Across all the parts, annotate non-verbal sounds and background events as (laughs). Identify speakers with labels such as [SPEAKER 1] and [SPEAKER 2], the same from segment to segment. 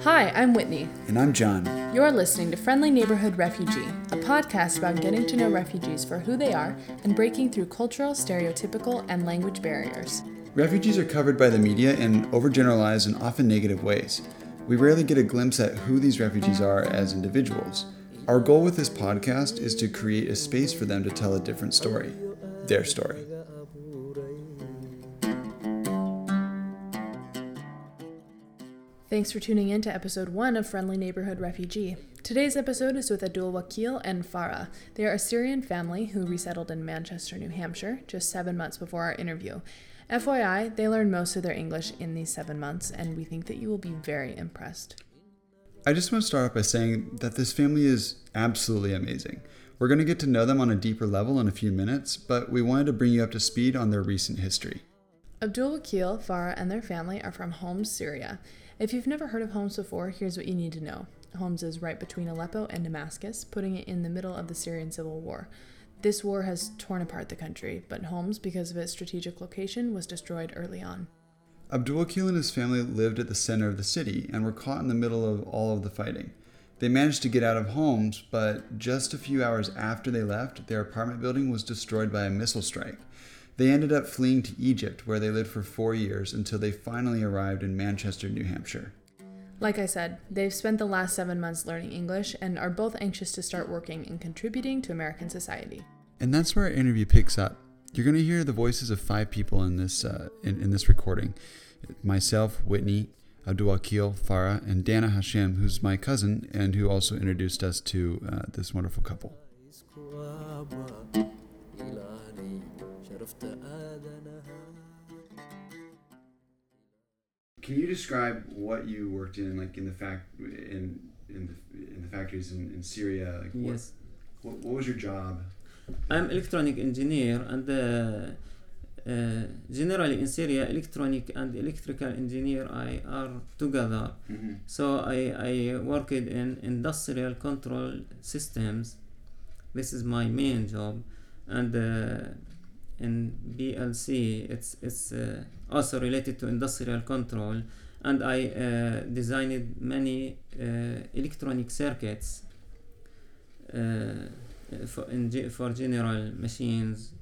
[SPEAKER 1] Hi, I'm Whitney.
[SPEAKER 2] And I'm John.
[SPEAKER 1] You're listening to Friendly Neighborhood Refugee, a podcast about getting to know refugees for who they are and breaking through cultural, stereotypical, and language barriers.
[SPEAKER 2] Refugees are covered by the media in overgeneralized and often negative ways. We rarely get a glimpse at who these refugees are as individuals. Our goal with this podcast is to create a space for them to tell a different story, their story.
[SPEAKER 1] Thanks for tuning in to episode one of Friendly Neighborhood Refugee. Today's episode is with Abdul Wakil and Farah. They are a Syrian family who resettled in Manchester, New Hampshire, just seven months before our interview. FYI, they learned most of their English in these seven months, and we think that you will be very impressed.
[SPEAKER 2] I just want to start off by saying that this family is absolutely amazing. We're going to get to know them on a deeper level in a few minutes, but we wanted to bring you up to speed on their recent history.
[SPEAKER 1] Abdul Wakil, Farah, and their family are from Homs, Syria. If you've never heard of Homs before, here's what you need to know. Homs is right between Aleppo and Damascus, putting it in the middle of the Syrian civil war. This war has torn apart the country, but Homs, because of its strategic location, was destroyed early on.
[SPEAKER 2] Abdul Wakil and his family lived at the center of the city and were caught in the middle of all of the fighting. They managed to get out of homes, but just a few hours after they left, their apartment building was destroyed by a missile strike. They ended up fleeing to Egypt, where they lived for four years until they finally arrived in Manchester, New Hampshire.
[SPEAKER 1] Like I said, they've spent the last seven months learning English and are both anxious to start working and contributing to American society.
[SPEAKER 2] And that's where our interview picks up. You're going to hear the voices of five people in this uh, in, in this recording: myself, Whitney, Abdulakil, Farah, and Dana Hashem, who's my cousin and who also introduced us to uh, this wonderful couple. Can you describe what you worked in, like in the fact in in the, in the factories in, in Syria? Like what,
[SPEAKER 3] Yes,
[SPEAKER 2] what, what was your job?
[SPEAKER 3] I'm electronic engineer and uh, uh, generally in Syria, electronic and electrical engineer I are together.
[SPEAKER 2] Mhm.
[SPEAKER 3] So I, I worked in industrial control systems. This is my main job, and uh, in BLC it's it's uh, also related to industrial control. And I uh, designed many uh, electronic circuits uh, for in ge- for general machines.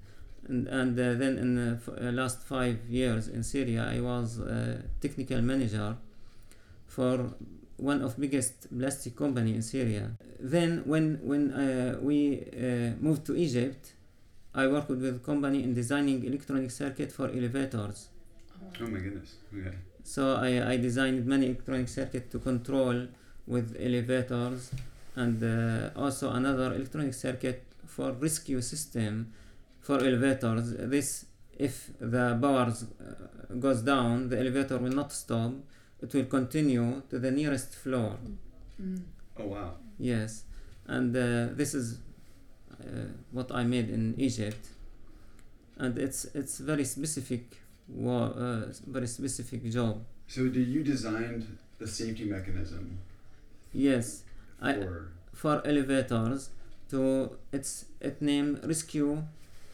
[SPEAKER 3] And, and uh, then in the f- uh, last five years in Syria, I was uh, technical manager for one of biggest plastic company in Syria. Then when when uh, we uh, moved to Egypt, I worked with company in designing electronic circuit for elevators.
[SPEAKER 2] Oh my goodness. Okay.
[SPEAKER 3] So I, I designed many electronic circuit to control with elevators and uh, also another electronic circuit for rescue system for elevators. This if the powers uh, goes down, the elevator will not stop. It will continue to the nearest floor.
[SPEAKER 2] Oh wow.
[SPEAKER 3] Yes, and uh, this is uh, what I made in Egypt, and it's it's very specific, wo- uh, very specific job.
[SPEAKER 2] So, do you designed the safety mechanism
[SPEAKER 3] Yes, I,
[SPEAKER 2] for?
[SPEAKER 3] for elevators to it's it named rescue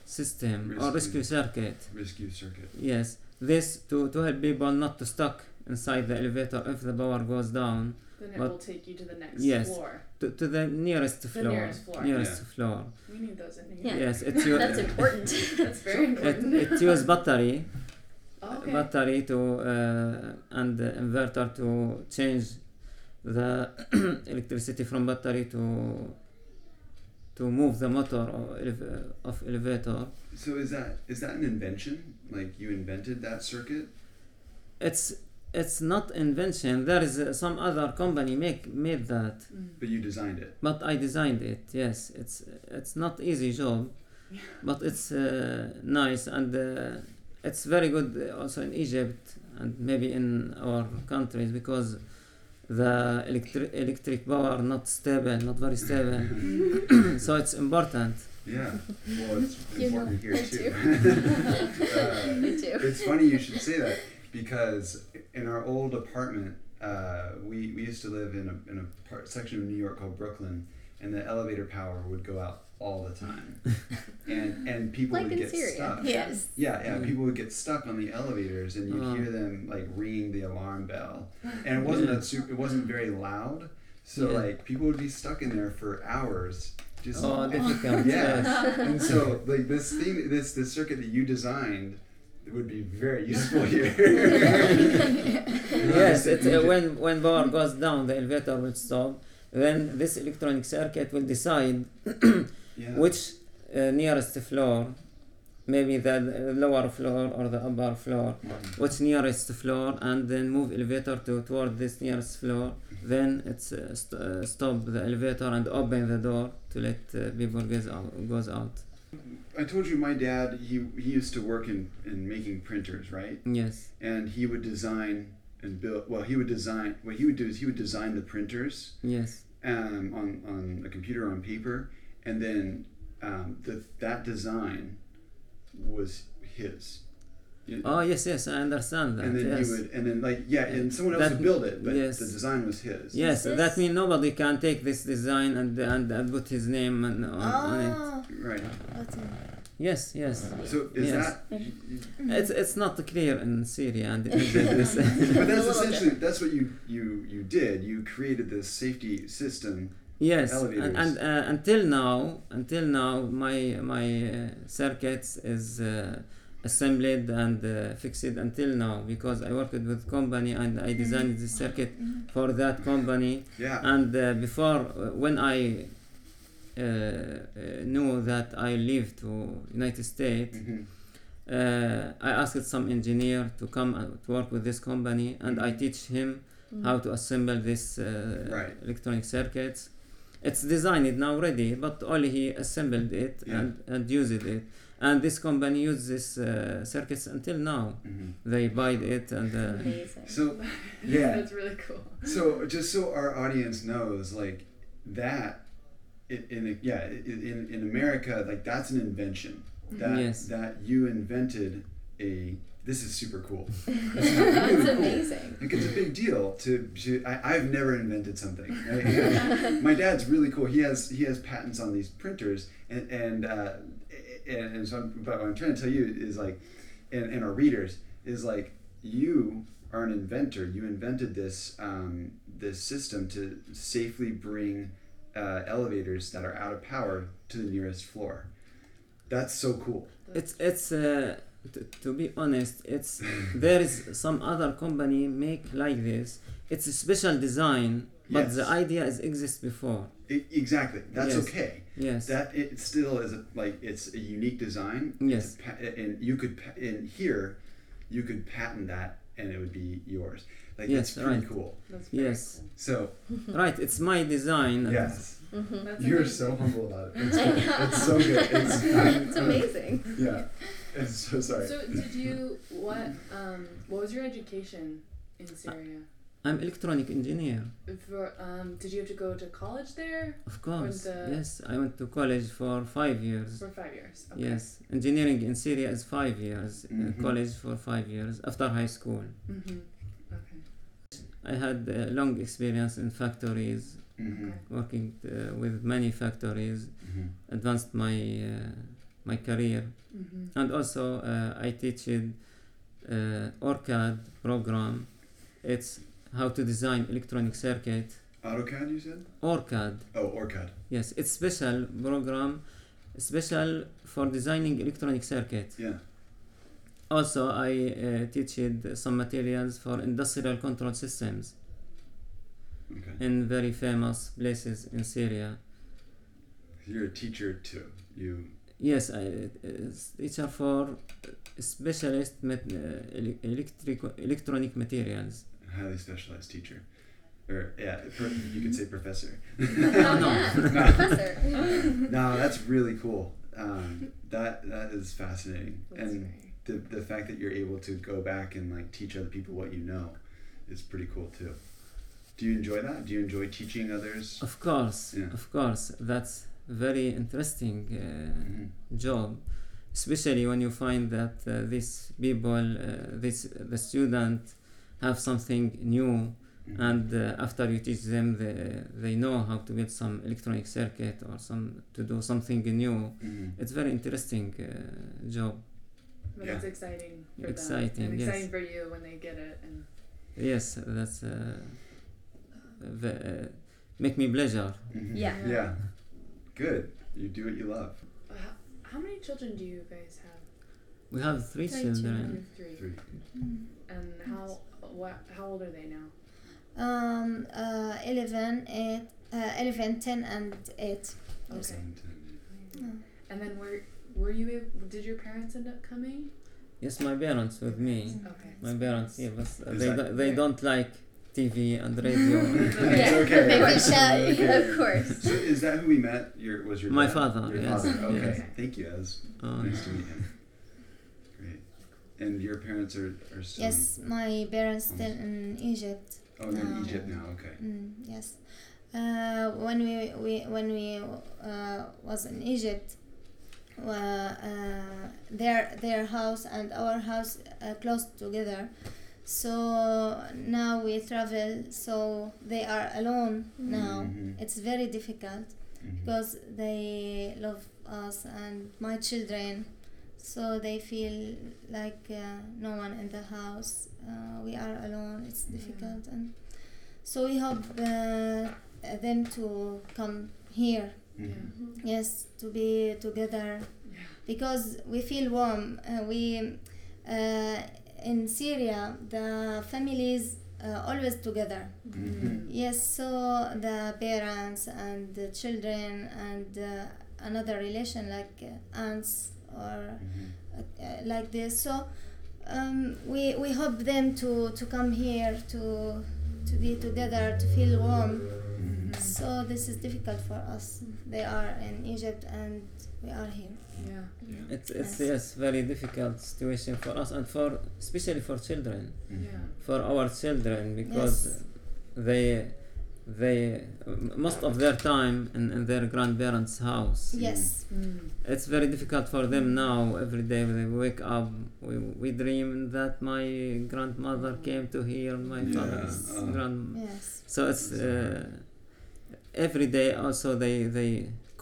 [SPEAKER 3] system or
[SPEAKER 2] Rescue.
[SPEAKER 3] rescue circuit.
[SPEAKER 2] rescue circuit.
[SPEAKER 3] Yes, this to to help people not to stuck inside the elevator if the power goes down
[SPEAKER 1] Then
[SPEAKER 3] it But-
[SPEAKER 1] will take you to the next
[SPEAKER 3] Yes.
[SPEAKER 1] floor.
[SPEAKER 3] to, to the nearest floor.
[SPEAKER 1] nearest floor.
[SPEAKER 3] Nearest
[SPEAKER 2] Yeah.
[SPEAKER 3] floor.
[SPEAKER 1] We need those in
[SPEAKER 4] Yeah.
[SPEAKER 3] Yes, it's
[SPEAKER 1] (laughs)
[SPEAKER 3] your.
[SPEAKER 4] That's
[SPEAKER 3] (laughs)
[SPEAKER 4] important. (laughs)
[SPEAKER 1] That's very
[SPEAKER 3] it, it uses battery battery to uh, and the inverter to change the (clears throat) electricity from battery to to move the motor of, elev- uh, of elevator
[SPEAKER 2] So is that is that an invention? Like you invented that circuit?
[SPEAKER 3] it's it's not invention there is uh, some other company make made that
[SPEAKER 4] Hmm.
[SPEAKER 2] But you designed it.
[SPEAKER 3] but i designed it yes it's it's not easy job but it's uh, nice and uh, it's very good also in egypt and maybe in our countries because the electric electric power not stable not very stable (coughs) so it's important
[SPEAKER 2] (laughs) Yeah. Well, it's
[SPEAKER 4] (laughs) You
[SPEAKER 2] important here
[SPEAKER 4] know, me
[SPEAKER 2] too. (laughs) Uh,
[SPEAKER 4] (laughs) Me too.
[SPEAKER 2] it's funny you should say that because in our old apartment, uh, we we used to live in a in a part, section of New York called Brooklyn, and the elevator power would go out all the time, and and people
[SPEAKER 4] Like
[SPEAKER 2] would
[SPEAKER 4] in
[SPEAKER 2] get
[SPEAKER 4] Syria.
[SPEAKER 2] stuck.
[SPEAKER 4] Yes.
[SPEAKER 2] Yeah, yeah.
[SPEAKER 3] Mm.
[SPEAKER 2] People would get stuck on the elevators, and you'd
[SPEAKER 3] Oh.
[SPEAKER 2] hear them like ringing the alarm bell, and it wasn't
[SPEAKER 3] Yeah.
[SPEAKER 2] that super, it wasn't very loud, so
[SPEAKER 3] Yeah.
[SPEAKER 2] like people would be stuck in there for hours. Just
[SPEAKER 3] Oh, difficult.
[SPEAKER 2] yeah,
[SPEAKER 3] yes.
[SPEAKER 2] and
[SPEAKER 4] (laughs)
[SPEAKER 2] so like this thing, this this circuit that you designed would be very
[SPEAKER 3] (laughs)
[SPEAKER 2] useful
[SPEAKER 4] (laughs)
[SPEAKER 2] here.
[SPEAKER 3] yes, it's, uh, when when power goes down, the elevator will stop. Then this electronic circuit will decide
[SPEAKER 2] yeah.
[SPEAKER 3] which uh, nearest floor, maybe the uh, lower floor or the upper floor,
[SPEAKER 2] Mhm.
[SPEAKER 3] which nearest floor, and then move elevator to toward this nearest floor. Then it's uh, st- uh, stop the elevator and open the door to let uh, people goes out. Goes out.
[SPEAKER 2] I told you my dad he he used to work in in making printers, right?
[SPEAKER 3] Yes.
[SPEAKER 2] And he would design and build. Well, he would design. What he would do is he would design the printers
[SPEAKER 3] Yes.
[SPEAKER 2] um, on on a computer on paper, and then um, the, that design was his. You-
[SPEAKER 3] Oh yes, yes. I understand that.
[SPEAKER 2] and then
[SPEAKER 3] yes.
[SPEAKER 2] he would, and then like yeah, and someone else
[SPEAKER 3] That-
[SPEAKER 2] would build it, but
[SPEAKER 3] yes.
[SPEAKER 2] the design was his.
[SPEAKER 3] Yes,
[SPEAKER 4] Is
[SPEAKER 3] that
[SPEAKER 4] this-
[SPEAKER 3] means nobody can take this design and and, and put his name on, on, on it.
[SPEAKER 4] Oh,
[SPEAKER 2] Right.
[SPEAKER 4] what's in
[SPEAKER 3] Yes, yes.
[SPEAKER 2] So is
[SPEAKER 3] Yes.
[SPEAKER 2] that? (laughs)
[SPEAKER 4] hmm.
[SPEAKER 3] It's it's not clear in Syria and in this.
[SPEAKER 2] But
[SPEAKER 4] (laughs) A
[SPEAKER 2] that's
[SPEAKER 4] little
[SPEAKER 2] essentially
[SPEAKER 4] different.
[SPEAKER 2] that's what you you you did. You created this safety system.
[SPEAKER 3] yes,
[SPEAKER 2] Elevators.
[SPEAKER 3] and, and uh, until now, until now, my my uh, circuits is uh, assembled and uh, fixed until now because I worked with company and I designed this circuit for that company.
[SPEAKER 2] Yeah.
[SPEAKER 3] and uh, before uh, when i uh, uh, knew that i leave to united states
[SPEAKER 2] Mhm.
[SPEAKER 3] uh, i asked some engineer to come and work with this company and i teach him how to assemble this uh,
[SPEAKER 2] Right.
[SPEAKER 3] electronic circuits it's designed now already but only he assembled it
[SPEAKER 2] Yeah.
[SPEAKER 3] and, and used it and this company used this uh, circuits until now
[SPEAKER 2] Mhm.
[SPEAKER 3] they buy it and uh,
[SPEAKER 4] amazing.
[SPEAKER 2] So
[SPEAKER 4] (laughs)
[SPEAKER 2] yeah.
[SPEAKER 5] That's really cool.
[SPEAKER 2] so just so our audience knows like that in, in yeah in, in america like that's an invention that
[SPEAKER 3] Yes.
[SPEAKER 2] that you invented a this is super cool
[SPEAKER 4] (laughs) That's amazing.
[SPEAKER 5] (laughs)
[SPEAKER 2] like it's a big deal to, to I, i've never invented something (laughs) Like, my dad's really cool he has he has patents on these printers and and uh, and, and so I'm, but what i'm trying to tell you is like and, and our readers is like you are an inventor you invented this um, this system to safely bring uh, elevators that are out of power to the nearest floor that's so cool
[SPEAKER 3] it's it's uh, t- to be honest
[SPEAKER 2] (coughs)
[SPEAKER 3] it's there is some other company make like this it's a special design but
[SPEAKER 2] Yes.
[SPEAKER 3] the idea is exists before
[SPEAKER 2] I E, exactly that's
[SPEAKER 3] Yes.
[SPEAKER 2] okay
[SPEAKER 3] yes
[SPEAKER 2] that it still is a, like it's a unique design
[SPEAKER 3] Yes.
[SPEAKER 2] Pa- and you could pa- in here you could patent that and it would be yours like
[SPEAKER 3] Yes,
[SPEAKER 2] that's pretty
[SPEAKER 3] right.
[SPEAKER 2] cool
[SPEAKER 5] That's very
[SPEAKER 3] Yes.
[SPEAKER 2] so
[SPEAKER 3] right it's my design
[SPEAKER 2] yes
[SPEAKER 4] Mm-hmm.
[SPEAKER 5] Cool. That's
[SPEAKER 2] you're
[SPEAKER 5] amazing.
[SPEAKER 2] so humble about
[SPEAKER 4] (laughs)
[SPEAKER 2] it it's,
[SPEAKER 4] I
[SPEAKER 2] cool.
[SPEAKER 4] know.
[SPEAKER 2] it's so
[SPEAKER 4] (laughs)
[SPEAKER 2] good it's, I'm-
[SPEAKER 4] It's
[SPEAKER 2] I'm-
[SPEAKER 4] amazing.
[SPEAKER 2] yeah it's so sorry
[SPEAKER 5] So did you what um what was your education in Syria?
[SPEAKER 3] i'm electronic engineer
[SPEAKER 5] For, um, did you have to go to college there
[SPEAKER 3] of course
[SPEAKER 5] the-
[SPEAKER 3] yes i went to college for five years
[SPEAKER 5] for five years?
[SPEAKER 3] yes engineering in syria is five years uh,
[SPEAKER 2] Mhm.
[SPEAKER 3] college for five years after high school
[SPEAKER 5] Mm-hmm. Okay.
[SPEAKER 3] i had a long experience in factories
[SPEAKER 2] Mhm,
[SPEAKER 5] Okay.
[SPEAKER 3] working uh, with many factories
[SPEAKER 2] mhm.
[SPEAKER 3] advanced my uh, my
[SPEAKER 2] (laughs)
[SPEAKER 3] career
[SPEAKER 1] (laughs)
[SPEAKER 5] Mm-hmm.
[SPEAKER 3] and also uh, I teach in uh, ORCAD program. It's how to design electronic circuit.
[SPEAKER 2] AutoCAD you said
[SPEAKER 3] ORCAD,
[SPEAKER 2] oh OrCAD
[SPEAKER 3] yes, it's special program, special for designing electronic circuit.
[SPEAKER 2] yeah
[SPEAKER 3] Also, I uh, teach it some materials for industrial control systems
[SPEAKER 2] okay
[SPEAKER 3] in very famous places in Syria.
[SPEAKER 2] you're a teacher too you
[SPEAKER 3] Yes, I, uh, teacher for specialist met- uh, ele- electric- electronic materials.
[SPEAKER 2] highly specialized teacher or yeah per, you could say
[SPEAKER 4] (laughs)
[SPEAKER 2] professor (laughs)
[SPEAKER 4] Oh, Yeah, Professor.
[SPEAKER 2] No, that's really cool. Um, that that is fascinating, and the, the fact that you're able to go back and like teach other people what you know is pretty cool too. Do you enjoy that? Do you enjoy teaching others?
[SPEAKER 3] Of course,
[SPEAKER 2] Yeah.
[SPEAKER 3] of course, that's very interesting uh,
[SPEAKER 2] Mhm.
[SPEAKER 3] job, especially when you find that uh, these people, uh, this the student, have something new
[SPEAKER 2] Mm-hmm.
[SPEAKER 3] and uh, after you teach them the, they know how to build some electronic circuit or some to do something new
[SPEAKER 2] Mhm.
[SPEAKER 3] it's very interesting uh, job
[SPEAKER 1] But
[SPEAKER 2] Yeah.
[SPEAKER 1] it's exciting for
[SPEAKER 3] Exciting,
[SPEAKER 1] them. And
[SPEAKER 3] yes.
[SPEAKER 1] exciting for you when they get it. And
[SPEAKER 3] yes that's uh, the, uh, make me pleasure
[SPEAKER 2] Mhm.
[SPEAKER 6] Yeah.
[SPEAKER 2] Yeah. Good. You do what you love.
[SPEAKER 1] how, how many children do you guys have?
[SPEAKER 3] we have three
[SPEAKER 6] Thank you.
[SPEAKER 3] children
[SPEAKER 1] You have three. Mm-hmm.
[SPEAKER 2] Three.
[SPEAKER 1] And how what how old are they now?
[SPEAKER 6] Um, uh, 11, 8, uh, 11, 10, and 8.
[SPEAKER 1] Okay.
[SPEAKER 2] And, uh,
[SPEAKER 1] And then were were you able, did your parents end up coming?
[SPEAKER 3] yes my parents with me
[SPEAKER 1] Okay.
[SPEAKER 3] my parents yeah, but
[SPEAKER 2] Is
[SPEAKER 3] they,
[SPEAKER 2] that-
[SPEAKER 3] do, they don't like tv and
[SPEAKER 2] (laughs)
[SPEAKER 3] radio
[SPEAKER 2] It's
[SPEAKER 6] Yeah, (laughs)
[SPEAKER 2] okay.
[SPEAKER 6] make me
[SPEAKER 2] It's
[SPEAKER 6] shy,
[SPEAKER 2] okay.
[SPEAKER 6] of course.
[SPEAKER 2] So is that who we met? Your was your
[SPEAKER 3] My
[SPEAKER 2] dad?
[SPEAKER 3] father,
[SPEAKER 2] Your
[SPEAKER 3] yes,
[SPEAKER 2] father. Okay.
[SPEAKER 1] yes.
[SPEAKER 2] Thank you, Ez.
[SPEAKER 3] Um,
[SPEAKER 2] Nice to meet him. Great. And your parents are, are still
[SPEAKER 6] Yes, my parents still in Egypt.
[SPEAKER 2] in, oh they're in
[SPEAKER 6] no.
[SPEAKER 2] Egypt now, okay.
[SPEAKER 6] Mm, yes. Uh, when we, we when we uh, was in Egypt, uh, uh, their their house and our house uh, close together, so now we travel. So they are alone now.
[SPEAKER 2] Mhm.
[SPEAKER 6] It's very difficult
[SPEAKER 2] Mhm.
[SPEAKER 6] because they love us and my children, so they feel like uh, no one in the house. Uh, we are alone. It's
[SPEAKER 1] Yeah.
[SPEAKER 6] difficult, and so we hope uh, them to come here.
[SPEAKER 2] Mhm.
[SPEAKER 6] Yes, to be together
[SPEAKER 1] Yeah.
[SPEAKER 6] because we feel warm. Uh, we uh, in Syria the families uh, always together.
[SPEAKER 1] Mm-hmm.
[SPEAKER 2] Mhm.
[SPEAKER 6] Yes, so the parents and the children and uh, another relation like uh, aunts or
[SPEAKER 2] Mhm.
[SPEAKER 6] uh, like this. So um, we we hope them to to come here to to be together to feel warm.
[SPEAKER 2] Mhm.
[SPEAKER 6] Mm-hmm. So this is difficult for us. They are in Egypt and we are here.
[SPEAKER 1] Yeah.
[SPEAKER 2] Yeah.
[SPEAKER 3] it's it's
[SPEAKER 6] Yes.
[SPEAKER 3] yes very difficult situation for us and for especially for children
[SPEAKER 1] Yeah.
[SPEAKER 3] for our children because
[SPEAKER 6] Yes.
[SPEAKER 3] they they most of their time in, in their grandparents house
[SPEAKER 6] Yes.
[SPEAKER 1] Mm.
[SPEAKER 3] it's very difficult for them now every day when they wake up we, we dream that my grandmother came to here my
[SPEAKER 2] Yeah,
[SPEAKER 3] father's
[SPEAKER 2] uh.
[SPEAKER 3] grand
[SPEAKER 6] Yes.
[SPEAKER 3] so it's uh, every day also they they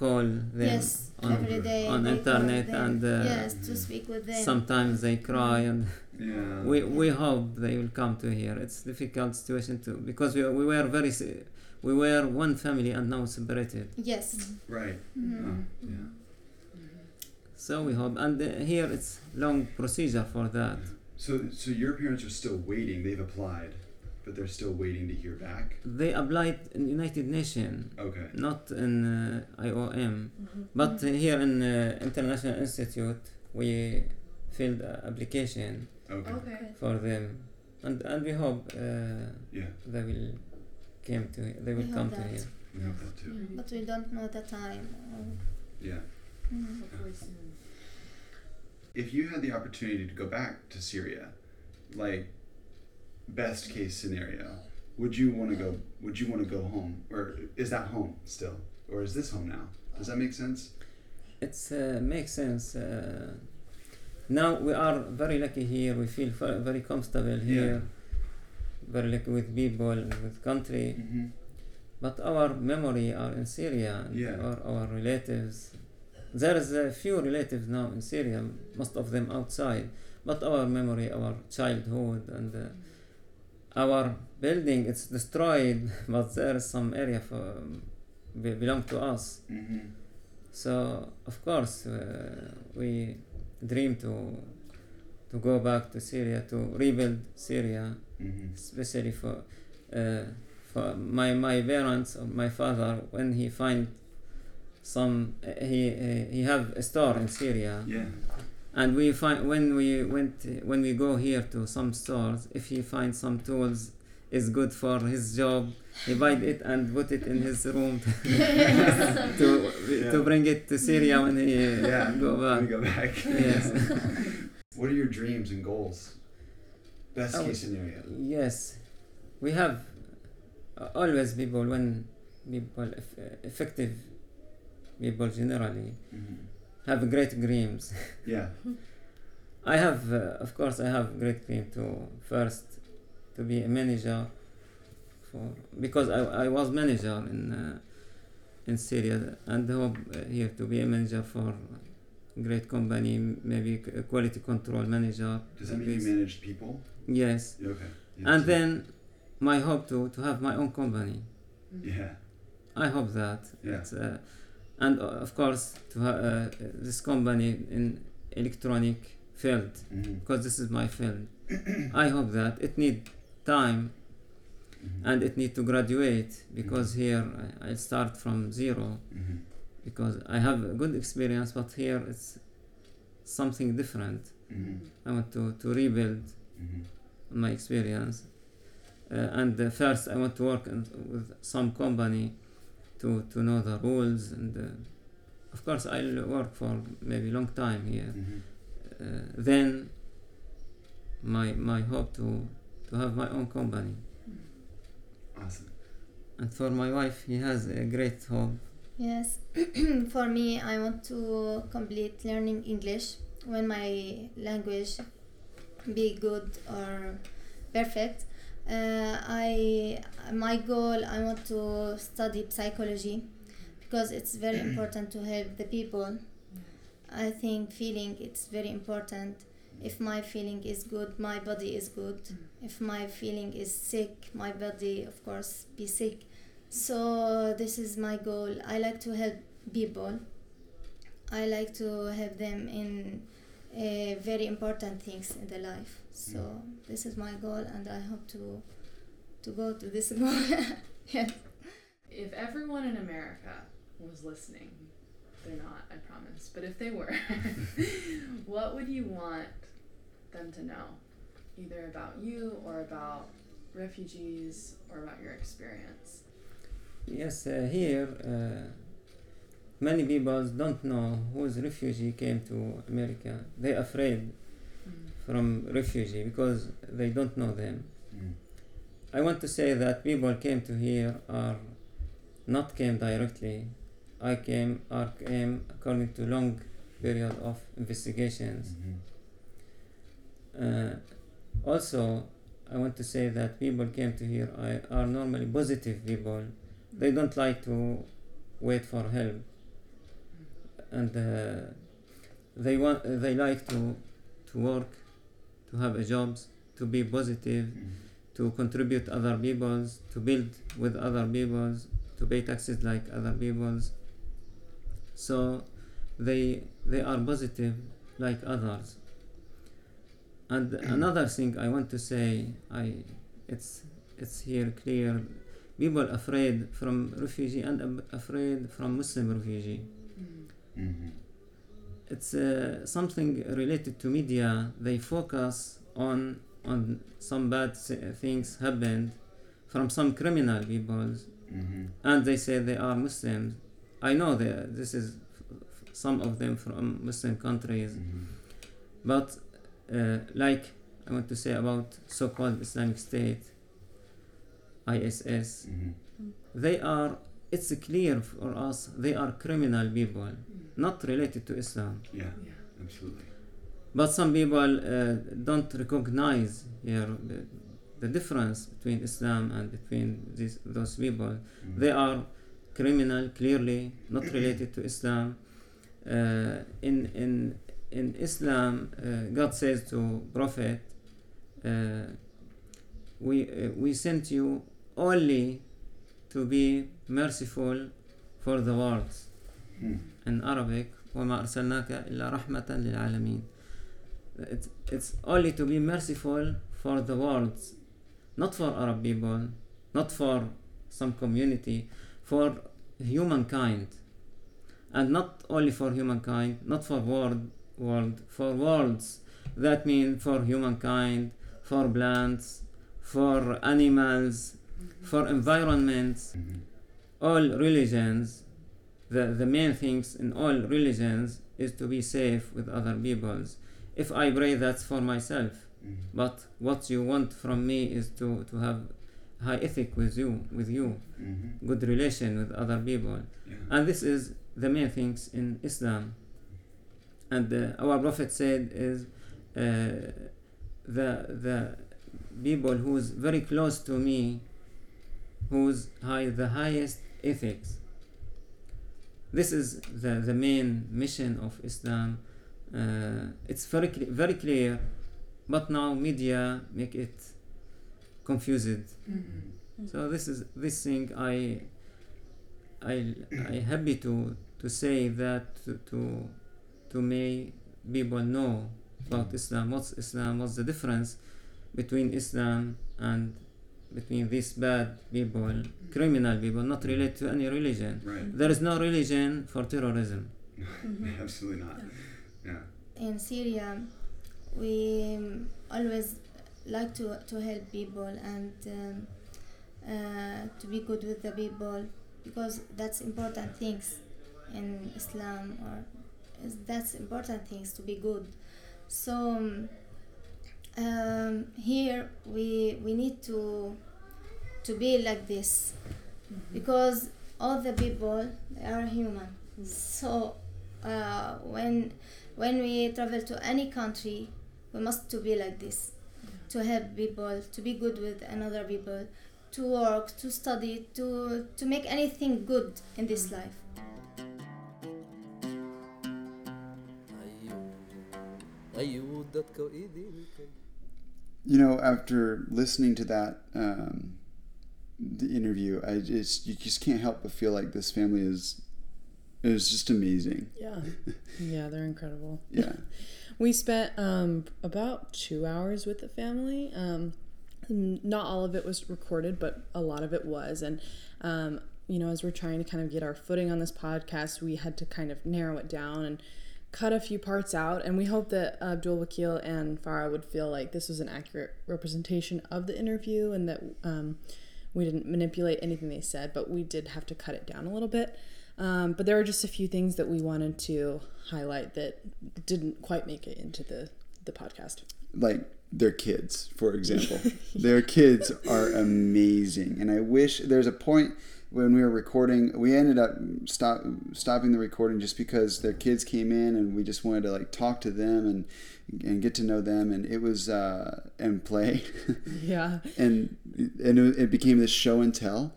[SPEAKER 3] call them
[SPEAKER 6] Yes.
[SPEAKER 3] on,
[SPEAKER 6] Every day.
[SPEAKER 3] on
[SPEAKER 6] we call
[SPEAKER 3] internet
[SPEAKER 6] them.
[SPEAKER 3] and uh,
[SPEAKER 6] yes, to speak with them.
[SPEAKER 3] sometimes they cry and
[SPEAKER 2] Yeah.
[SPEAKER 3] we, we hope they will come to here it's difficult situation to because we, we were very se- we were one family and now separated
[SPEAKER 6] Yes.
[SPEAKER 2] Right.
[SPEAKER 6] Mhm.
[SPEAKER 2] Oh, yeah.
[SPEAKER 3] so we hope and uh, here it's long procedure for that
[SPEAKER 2] So so your parents are still waiting. They've applied, but they're still waiting to hear back.
[SPEAKER 3] they applied in united nations
[SPEAKER 2] Okay.
[SPEAKER 3] not in uh, iom
[SPEAKER 6] Mm-hmm.
[SPEAKER 3] but uh, here in uh, international institute we filled uh, application
[SPEAKER 2] Okay.
[SPEAKER 6] Oh.
[SPEAKER 1] Okay.
[SPEAKER 3] for them and and we hope uh,
[SPEAKER 2] Yeah.
[SPEAKER 3] they will came to they will
[SPEAKER 6] We hope
[SPEAKER 3] come to
[SPEAKER 6] that.
[SPEAKER 3] here
[SPEAKER 2] We have that too.
[SPEAKER 1] Mhm.
[SPEAKER 6] But we don't know the time.
[SPEAKER 2] Yeah.
[SPEAKER 6] (laughs) Mm.
[SPEAKER 1] Hopefully soon.
[SPEAKER 2] if you had the opportunity to go back to Syria, like best case scenario, would you want to go? Would you want to go home, or is that home still, or is this home now? Does that make sense?
[SPEAKER 3] It's uh, makes sense. Uh, now we are very lucky here. We feel ve- very comfortable here. Very lucky with people and with country.
[SPEAKER 2] Mm-hmm.
[SPEAKER 3] But our memory are in Syria and
[SPEAKER 2] Yeah.
[SPEAKER 3] or our relatives. There is a few relatives now in Syria. Most of them outside. But our memory, our childhood, and uh, our building, it's destroyed. (laughs) But there is some area for um, be- belong to us.
[SPEAKER 2] Mm-hmm.
[SPEAKER 3] So of course uh, we dream to to go back to Syria to rebuild Syria,
[SPEAKER 2] Mm-hmm.
[SPEAKER 3] especially for uh, for my my parents or my father when he find some uh, he uh, he have a store in Syria
[SPEAKER 2] Yeah.
[SPEAKER 3] and we find when we went when we go here to some stores if he finds some tools is good for his job he buy it and put it in his
[SPEAKER 2] (laughs)
[SPEAKER 3] room (laughs) to to bring it to Syria when he uh,
[SPEAKER 2] (laughs) Yeah.
[SPEAKER 3] go
[SPEAKER 2] Let me
[SPEAKER 3] back.
[SPEAKER 2] go back.
[SPEAKER 3] Yes.
[SPEAKER 2] (laughs) what are your dreams and goals? Best
[SPEAKER 3] Oh.
[SPEAKER 2] case scenario.
[SPEAKER 3] yes, we have uh, always people when people eff- uh, effective people generally
[SPEAKER 2] Mm-hmm.
[SPEAKER 3] have great dreams.
[SPEAKER 2] Yeah.
[SPEAKER 3] I have, uh, of course, I have great dream to first to be a manager for because I, I was manager in uh, in Syria and hope uh, here to be a manager for great company maybe a quality control manager.
[SPEAKER 7] Does that mean
[SPEAKER 3] Yes.
[SPEAKER 7] you managed people?
[SPEAKER 3] Yes,
[SPEAKER 7] Okay. Yeah,
[SPEAKER 3] and
[SPEAKER 7] so-
[SPEAKER 3] then my hope to to have my own company.
[SPEAKER 7] Yeah.
[SPEAKER 3] I hope that.
[SPEAKER 7] Yeah.
[SPEAKER 3] It's, uh, and uh, of course, to ha- uh, this company in electronic field
[SPEAKER 7] hmm
[SPEAKER 2] Mm-hmm.
[SPEAKER 3] because this is my field. I hope that it need time
[SPEAKER 2] Mm-hmm.
[SPEAKER 3] and it need to graduate because here I, I start from zero
[SPEAKER 7] hmm
[SPEAKER 3] because I have a good experience, but here it's something different.
[SPEAKER 2] Mm-hmm.
[SPEAKER 7] hmm
[SPEAKER 3] I want to, to rebuild
[SPEAKER 7] hmm
[SPEAKER 3] my experience. Uh, and uh, first, I want to work in, with some company to, to know the rules. And uh, of course, I'll work for maybe long time here.
[SPEAKER 2] Mm-hmm.
[SPEAKER 7] hmm
[SPEAKER 3] Uh, then, my my hope to to have my own company.
[SPEAKER 7] Awesome.
[SPEAKER 3] And for my wife, he has a great hope.
[SPEAKER 4] Yes, (clears throat) for me, I want to complete learning English when my language be good or perfect. Uh, I my goal I want to study psychology because it's very important to help the people. I think feeling it's very important. If my feeling is good, my body is good. If my feeling is sick, my body of course be sick. So this is my goal. I like to help people. I like to help them in uh, very important things in their life. So this is my goal, and I hope to to go to this (laughs) goal. yes.
[SPEAKER 5] If everyone in America was listening, they're not, I promise, but if they were, (laughs) what would you want them to know? Either about you or about refugees or about your experience?
[SPEAKER 3] Yes, uh, here uh, many people don't know whose refugee came to America. They afraid from refugee because they don't know them.
[SPEAKER 2] Mm-hmm.
[SPEAKER 7] Mm.
[SPEAKER 3] I want to say that people came to here are not came directly. I came or came according to long period of investigations.
[SPEAKER 7] Mhm.
[SPEAKER 3] Uh, also, I want to say that people came to here I- are normally positive people. They don't like to wait for help, and uh, they want they like to to work, to have a jobs, to be positive
[SPEAKER 7] Mhm.
[SPEAKER 3] to contribute other people's, to build with other people's, to pay taxes like other people's. So they they are positive like others. And another thing I want to say, I it's it's here clear. People afraid from refugee and ab- afraid from Muslim refugee.
[SPEAKER 5] Mm.
[SPEAKER 2] Mm-hmm.
[SPEAKER 7] Mhm.
[SPEAKER 3] It's uh, something related to media. They focus on on some bad s- uh, things happened from some criminal people,
[SPEAKER 2] Mm-hmm.
[SPEAKER 7] Mhm.
[SPEAKER 3] and they say they are Muslims. I know that this is f- some of them from Muslim countries,
[SPEAKER 7] Mhm.
[SPEAKER 3] but uh, like I want to say about so-called Islamic State, ISS,
[SPEAKER 7] Mhm.
[SPEAKER 3] they are. It's clear for us they are criminal people, not related to Islam.
[SPEAKER 7] Yeah,
[SPEAKER 5] Mm-hmm. Yeah.
[SPEAKER 7] absolutely.
[SPEAKER 3] But some people uh, don't recognize here the, the difference between Islam and between these, those people.
[SPEAKER 2] Mm-hmm.
[SPEAKER 7] Mhm.
[SPEAKER 3] They are criminal, clearly not related to Islam. Uh, in in in Islam, uh, God says to Prophet, uh, "We uh, we sent you only to be merciful for the world."
[SPEAKER 2] Mm-hmm.
[SPEAKER 7] Mm.
[SPEAKER 3] in Arabic وما أرسلناك إلا رحمة للعالمين it's, it's only to be merciful for the world not for Arab people not for some community for humankind and not only for humankind not for world world for worlds that mean for humankind for plants for animals
[SPEAKER 5] Mm-hmm.
[SPEAKER 3] for environments
[SPEAKER 2] Mm-hmm.
[SPEAKER 7] Mhm.
[SPEAKER 3] all religions, the, the main things in all religions is to be safe with other peoples. If I pray, that's for myself.
[SPEAKER 7] Mhm.
[SPEAKER 3] But what you want from me is to, to have high ethic with you, with you,
[SPEAKER 2] Mm-hmm.
[SPEAKER 7] Mhm.
[SPEAKER 3] good relation with other people.
[SPEAKER 7] Yeah.
[SPEAKER 3] And this is the main things in Islam. And uh, our Prophet said is uh, the the people who is very close to me whose high the highest ethics. This is the, the main mission of Islam. Uh, it's very cle- very clear, but now media make it confused.
[SPEAKER 5] Mm-hmm.
[SPEAKER 1] Mhm.
[SPEAKER 3] So this is this thing I I I happy to to say that to to, to make people know about Islam. What's Islam? What's the difference between Islam and between these bad people, criminal people, not related to any religion.
[SPEAKER 2] Right. (laughs)
[SPEAKER 3] There is no religion for terrorism.
[SPEAKER 4] Mhm.
[SPEAKER 2] Absolutely not. Yeah.
[SPEAKER 4] in Syria, we um, always like to, to help people and um, uh, to be good with the people because that's important things in Islam or is- that's important things to be good. So um, um, here we we need to to be like this because all the people they are human. So uh, when when we travel to any country we must to be like this to help people to be good with another people to work to study to to make anything good in this life
[SPEAKER 8] You know, after listening to that um, the interview, I just you just can't help but feel like this family is is just amazing.
[SPEAKER 9] Yeah. Yeah, they're incredible.
[SPEAKER 8] Yeah.
[SPEAKER 9] (laughs) We spent um, about two hours with the family. Um, n- not all of it was recorded, but a lot of it was. And, um, you know, as we're trying to kind of get our footing on this podcast, we had to kind of narrow it down and cut a few parts out. And we hope that Abdul Wakil and Farah would feel like this was an accurate representation of the interview and that um, we didn't manipulate anything they said, but we did have to cut it down a little bit. Um, but there were just a few things that we wanted to highlight that didn't quite make it into the, the podcast.
[SPEAKER 8] like their kids, for example. their kids are amazing, and I wish there's a point when we were recording. We ended up stop stopping the recording just because their kids came in, and we just wanted to like talk to them and and get to know them, and it was uh, and play,
[SPEAKER 9] Yeah.
[SPEAKER 8] and and it, it became this show and tell.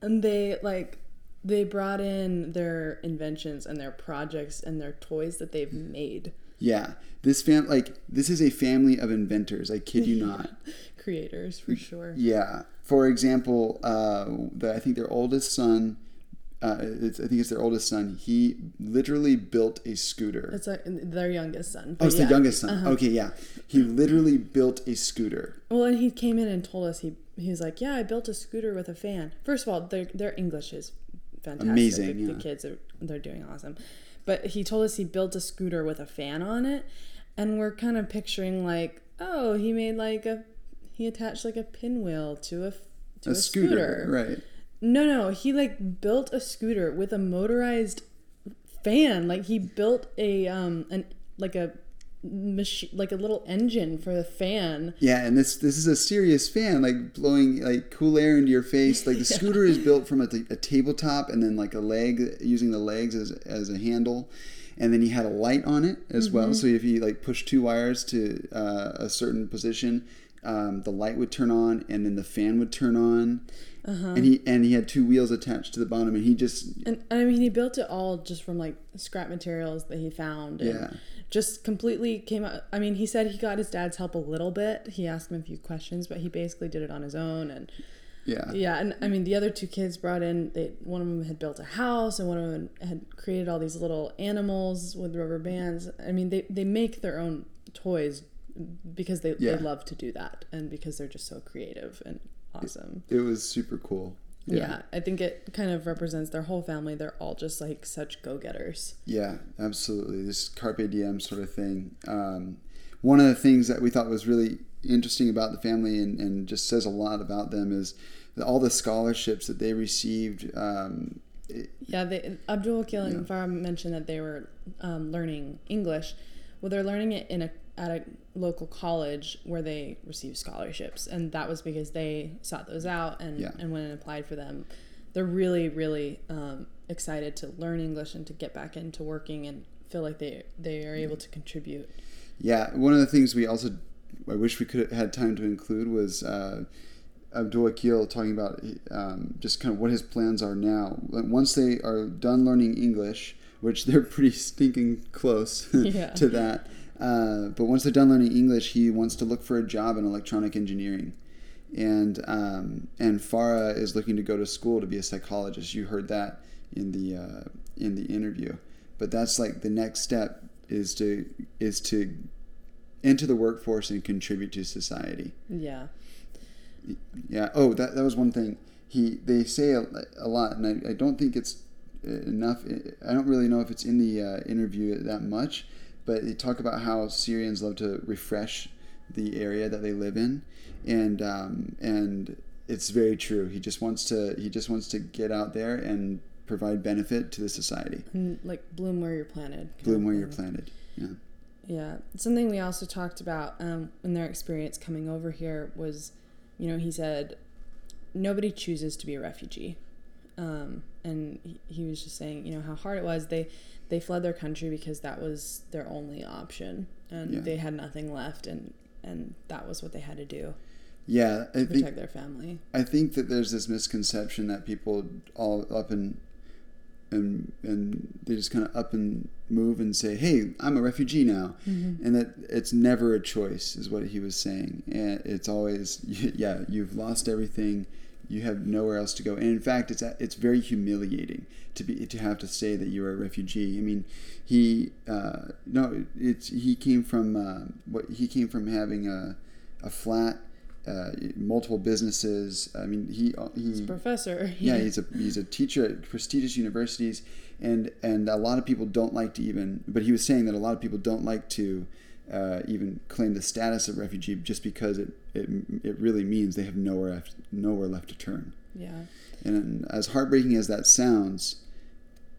[SPEAKER 9] And they like they brought in their inventions and their projects and their toys that they've made.
[SPEAKER 8] Yeah, this fam like this is a family of inventors. I kid you not.
[SPEAKER 9] Creators
[SPEAKER 8] Mm.
[SPEAKER 9] for sure.
[SPEAKER 8] Yeah. For example, uh, the, I think their oldest son, uh, it's, I think it's their oldest son. He literally built a scooter.
[SPEAKER 9] It's like their youngest son.
[SPEAKER 8] oh,
[SPEAKER 9] but
[SPEAKER 8] it's
[SPEAKER 9] yeah.
[SPEAKER 8] the youngest son. Okay, yeah. He literally built a scooter.
[SPEAKER 9] Well, and he came in and told us he he was like, "Yeah, I built a scooter with a fan." First of all, their their English is fantastic.
[SPEAKER 8] Amazing,
[SPEAKER 9] The,
[SPEAKER 8] yeah.
[SPEAKER 9] the kids are they're doing awesome. But he told us he built a scooter with a fan on it, and we're kind of picturing like, oh, he made like a he attached like a pinwheel to a f- to
[SPEAKER 8] A, scooter, right?
[SPEAKER 9] No, no, he like built a scooter with a motorized fan. Like he built a um an like a machine like a little engine for the fan.
[SPEAKER 8] Yeah, and this this is a serious fan, like blowing like cool air into your face. Like the scooter is built from a, t- a tabletop and then like a leg using the legs as as a handle, and then he had a light on it as well. So if you like push two wires to uh, a certain position, um, the light would turn on, and then the fan would turn on. And he and he had two wheels attached to the bottom, and he just
[SPEAKER 9] And I mean, he built it all just from like scrap materials that he found. And
[SPEAKER 8] Yeah.
[SPEAKER 9] Just completely came out. I mean, he said he got his dad's help a little bit. He asked him a few questions, but he basically did it on his own. And
[SPEAKER 8] yeah
[SPEAKER 9] yeah, and I mean, the other two kids brought in. They one of them had built a house, and one of them had created all these little animals with rubber bands. I mean, they they make their own toys because they,
[SPEAKER 8] Yeah.
[SPEAKER 9] they love to do that, and because they're just so creative and awesome.
[SPEAKER 8] it was super cool.
[SPEAKER 9] Yeah. I think it kind of represents their whole family. They're all just like such go getters.
[SPEAKER 8] Yeah, absolutely. This carpe diem sort of thing. Um, one of the things that we thought was really interesting about the family and, and just says a lot about them is that all the scholarships that they received. Um, it-
[SPEAKER 9] Yeah, they, Abdul Wakil and Farah mentioned that they were um, learning English. Well, they're learning it in a at a local college where they receive scholarships, and that was because they sought those out and
[SPEAKER 8] Yeah.
[SPEAKER 9] and went and applied for them. They're really really um, excited to learn English and to get back into working and feel like they they are able to contribute.
[SPEAKER 8] yeah, one of the things we also I wish we could have had time to include was uh, uh, Abdul Akil talking about um, just kind of what his plans are now. Like, Once they are done learning English, which they're pretty stinking close (laughs)
[SPEAKER 1] Yeah.
[SPEAKER 8] to that, uh, but once they're done learning English, he wants to look for a job in electronic engineering. And um, and Farah is looking to go to school to be a psychologist. You heard that in the uh, in the interview, but that's like the next step is to is to enter the workforce and contribute to society.
[SPEAKER 1] Yeah.
[SPEAKER 8] Yeah. Oh, that, that was one thing. He they say a, a lot, and I, I don't think it's uh, enough. I don't really know if it's in the uh, interview that much, but they talk about how Syrians love to refresh the area that they live in, and um, and it's very true. He just wants to he just wants to get out there and provide benefit to the society.
[SPEAKER 1] And, like bloom where you're planted. kind
[SPEAKER 8] Bloom
[SPEAKER 1] of
[SPEAKER 8] where you're
[SPEAKER 1] thing.
[SPEAKER 8] planted. Yeah.
[SPEAKER 1] Yeah. Something we also talked about um, in their experience coming over here was, you know, he said, nobody chooses to be a refugee. Um, and he- he was just saying, you know, how hard it was. They they fled their country because that was their only option, and
[SPEAKER 8] Yeah.
[SPEAKER 1] they had nothing left, and and that was what they had to do
[SPEAKER 8] Yeah. I
[SPEAKER 1] to protect
[SPEAKER 8] think
[SPEAKER 1] their family.
[SPEAKER 8] I think that there's this misconception that people all up and and and they just kind of up and move and say, "Hey, I'm a refugee now," and that it's never a choice, is what he was saying. And it's always, (laughs) yeah, you've lost everything, you have nowhere else to go. And in fact, it's it's very humiliating to be to have to say that you are a refugee. I mean, he uh, no, it's he came from uh, what he came from having a a flat, uh, multiple businesses. I mean, he
[SPEAKER 1] He's a
[SPEAKER 8] he
[SPEAKER 1] professor. (laughs)
[SPEAKER 8] yeah, he's a he's a teacher at prestigious universities, and and a lot of people don't like to even. But he was saying that a lot of people don't like to uh, even claim the status of refugee just because it it, it really means they have nowhere left, nowhere left to turn.
[SPEAKER 1] yeah.
[SPEAKER 8] And as heartbreaking as that sounds,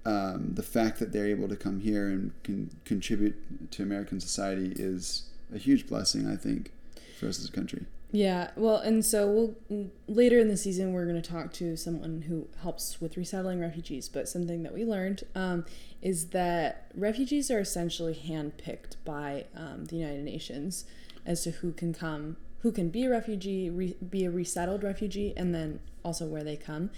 [SPEAKER 8] um, the fact that they're able to come here and can contribute to American society is a huge blessing, I think, for us as a country.
[SPEAKER 1] Yeah, well, and so we'll later in the season we're going to talk to someone who helps with resettling refugees. But something that we learned um, is that refugees are essentially handpicked by um, the United Nations as to who can come, who can be a refugee, re- be a resettled refugee, and then also where they come.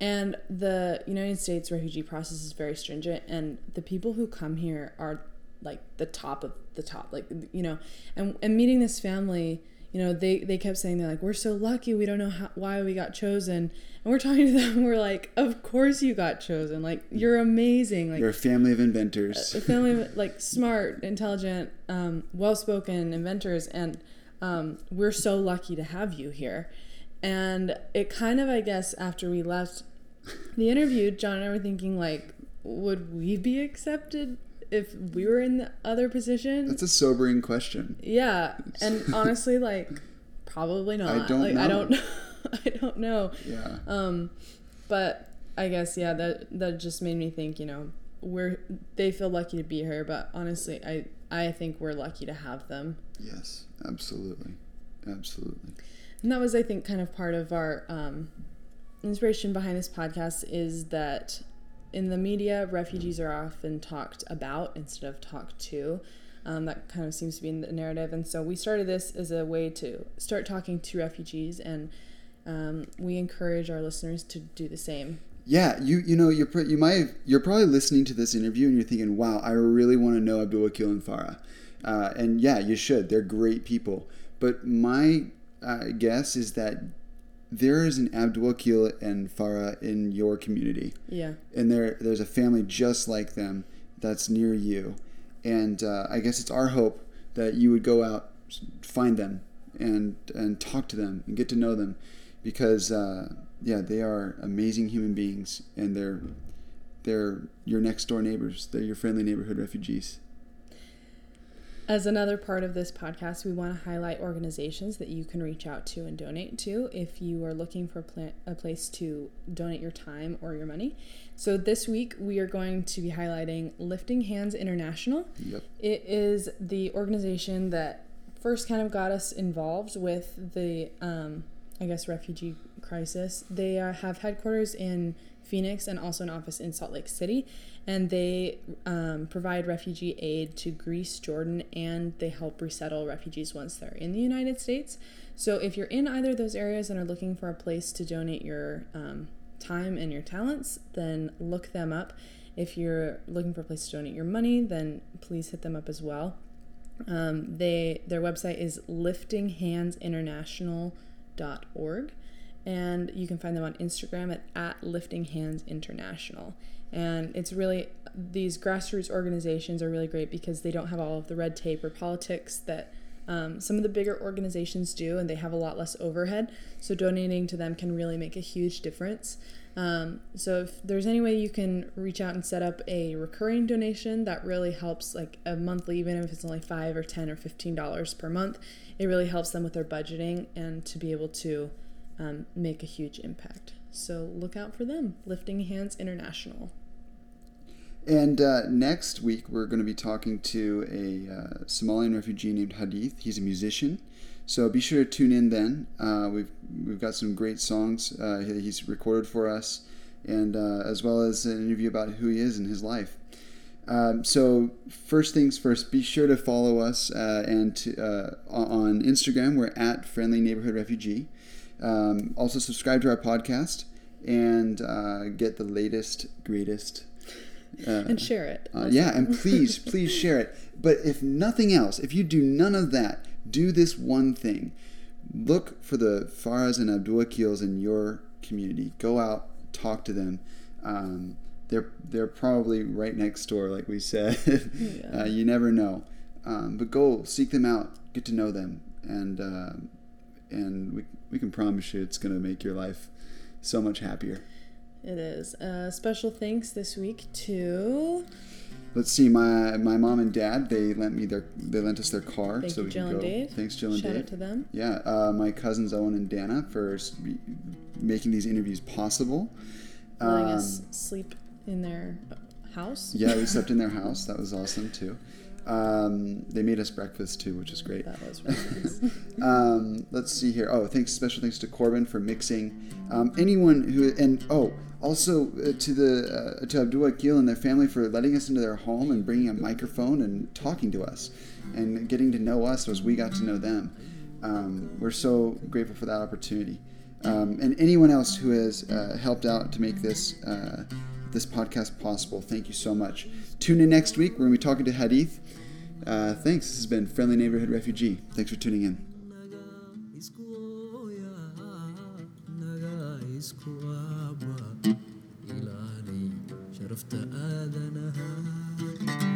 [SPEAKER 1] And the United States refugee process is very stringent, and the people who come here are like the top of the top, like you know. And and meeting this family, you know, they they kept saying they're like, we're so lucky, we don't know how, why we got chosen, and we're talking to them, (laughs) we're like, of course you got chosen, like you're amazing, like
[SPEAKER 8] You're a family of inventors.
[SPEAKER 1] a family
[SPEAKER 8] (laughs)
[SPEAKER 1] of like smart, intelligent, um, well-spoken inventors, and um, we're so lucky to have you here. And it kind of, I guess, after we left the interview, John and I were thinking like, would we be accepted if we were in the other position?
[SPEAKER 8] That's a sobering question.
[SPEAKER 1] yeah,
[SPEAKER 8] (laughs)
[SPEAKER 1] and honestly, like, probably not.
[SPEAKER 8] don't
[SPEAKER 1] like, I
[SPEAKER 8] know.
[SPEAKER 1] don't. (laughs) I don't know.
[SPEAKER 8] Yeah.
[SPEAKER 1] Um, but I guess yeah, that that just made me think. You know, we're they feel lucky to be here, but honestly, I I think we're lucky to have them.
[SPEAKER 8] Yes, absolutely. Absolutely.
[SPEAKER 1] And that was, I think, kind of part of our um, inspiration behind this podcast is that in the media, refugees are often talked about instead of talked to. Um, that kind of seems to be in the narrative. And so we started this as a way to start talking to refugees, and um, we encourage our listeners to do the same.
[SPEAKER 8] Yeah, you you know you're pr- you might have, you're probably listening to this interview and you're thinking, wow, I really want to know Abdul Wakil and Farah, uh, and yeah, you should. They're great people. But my uh, guess is that there is an Abdul Wakil and Farah in your community.
[SPEAKER 1] Yeah.
[SPEAKER 8] and there there's a family just like them that's near you and uh, i guess it's our hope that you would go out find them and and talk to them and get to know them because uh, yeah they are amazing human beings and they're they're your next door neighbors they're your friendly neighborhood refugees
[SPEAKER 1] As another part of this podcast, we want to highlight organizations that you can reach out to and donate to if you are looking for a, pla- a place to donate your time or your money. So this week, we are going to be highlighting Lifting Hands International.
[SPEAKER 8] yep
[SPEAKER 1] It is the organization that first kind of got us involved with the, um, I guess, refugee
[SPEAKER 9] crisis. They uh, have headquarters in Phoenix and also an office in Salt Lake City, and they um, provide refugee aid to Greece, Jordan, and they help resettle refugees once they're in the United States. So if you're in either of those areas and are looking for a place to donate your um, time and your talents, then look them up. If you're looking for a place to donate your money, then please hit them up as well. Um, they their website is liftinghandsinternational.org, and you can find them on Instagram at, at liftinghandsinternational. And it's really these grassroots organizations are really great because they don't have all of the red tape or politics that um, some of the bigger organizations do, and they have a lot less overhead. So donating to them can really make a huge difference. Um, so if there's any way you can reach out and set up a recurring donation, that really helps, like a monthly, even if it's only five or ten or fifteen dollars per month, it really helps them with their budgeting and to be able to um, make a huge impact. So look out for them, Lifting Hands International.
[SPEAKER 2] And uh, next week, we're going to be talking to a uh, Somalian refugee named Hadith. He's a musician, so be sure to tune in then. Uh, we've we've got some great songs uh, he- he's recorded for us, and uh, as well as an interview about who he is and his life. Um, so first things first, be sure to follow us uh, and to, uh, on on Instagram. We're at Friendly Neighborhood Refugee. Um, also subscribe to our podcast and uh, get the latest, greatest. Uh,
[SPEAKER 9] And share it.
[SPEAKER 2] uh, yeah, and please, please share it. But if nothing else, if you do none of that, do this one thing. Look for the Faras and Abdulakils in your community. Go out, talk to them. Um, they're they're probably right next door, like we said. (laughs)
[SPEAKER 9] Yeah.
[SPEAKER 2] uh, you never know. Um, but go seek them out, get to know them, and uh, and we we can promise you it's gonna make your life so much happier.
[SPEAKER 9] It is. Uh, special thanks this week to
[SPEAKER 2] Let's see, my my mom and dad they lent me their they lent us their car
[SPEAKER 9] Thank
[SPEAKER 2] so
[SPEAKER 9] you,
[SPEAKER 2] we
[SPEAKER 9] Jill
[SPEAKER 2] can
[SPEAKER 9] and
[SPEAKER 2] go.
[SPEAKER 9] Dave.
[SPEAKER 2] Thanks, Jill and
[SPEAKER 9] shout
[SPEAKER 2] Dave.
[SPEAKER 9] out to them.
[SPEAKER 2] yeah, uh, my cousins Owen and Dana for s- making these interviews possible.
[SPEAKER 9] Letting
[SPEAKER 2] Um,
[SPEAKER 9] us sleep in their house.
[SPEAKER 2] yeah, we slept in their house. That was awesome too. Um, they made us breakfast too, which is great.
[SPEAKER 9] That was really nice.
[SPEAKER 2] um, let's see here. Oh, thanks. Special thanks to Corbin for mixing. Um, anyone who and oh, also uh, to the uh, to Abdul Akil and their family for letting us into their home and bringing a microphone and talking to us, and getting to know us as we got to know them. Um, we're so grateful for that opportunity. Um, and anyone else who has uh, helped out to make this uh, this podcast possible, thank you so much. Tune in next week. We're going to be talking to Hadith. Uh, thanks. This has been Friendly Neighborhood Refugee. Thanks for tuning in.
[SPEAKER 6] شرفت آذنها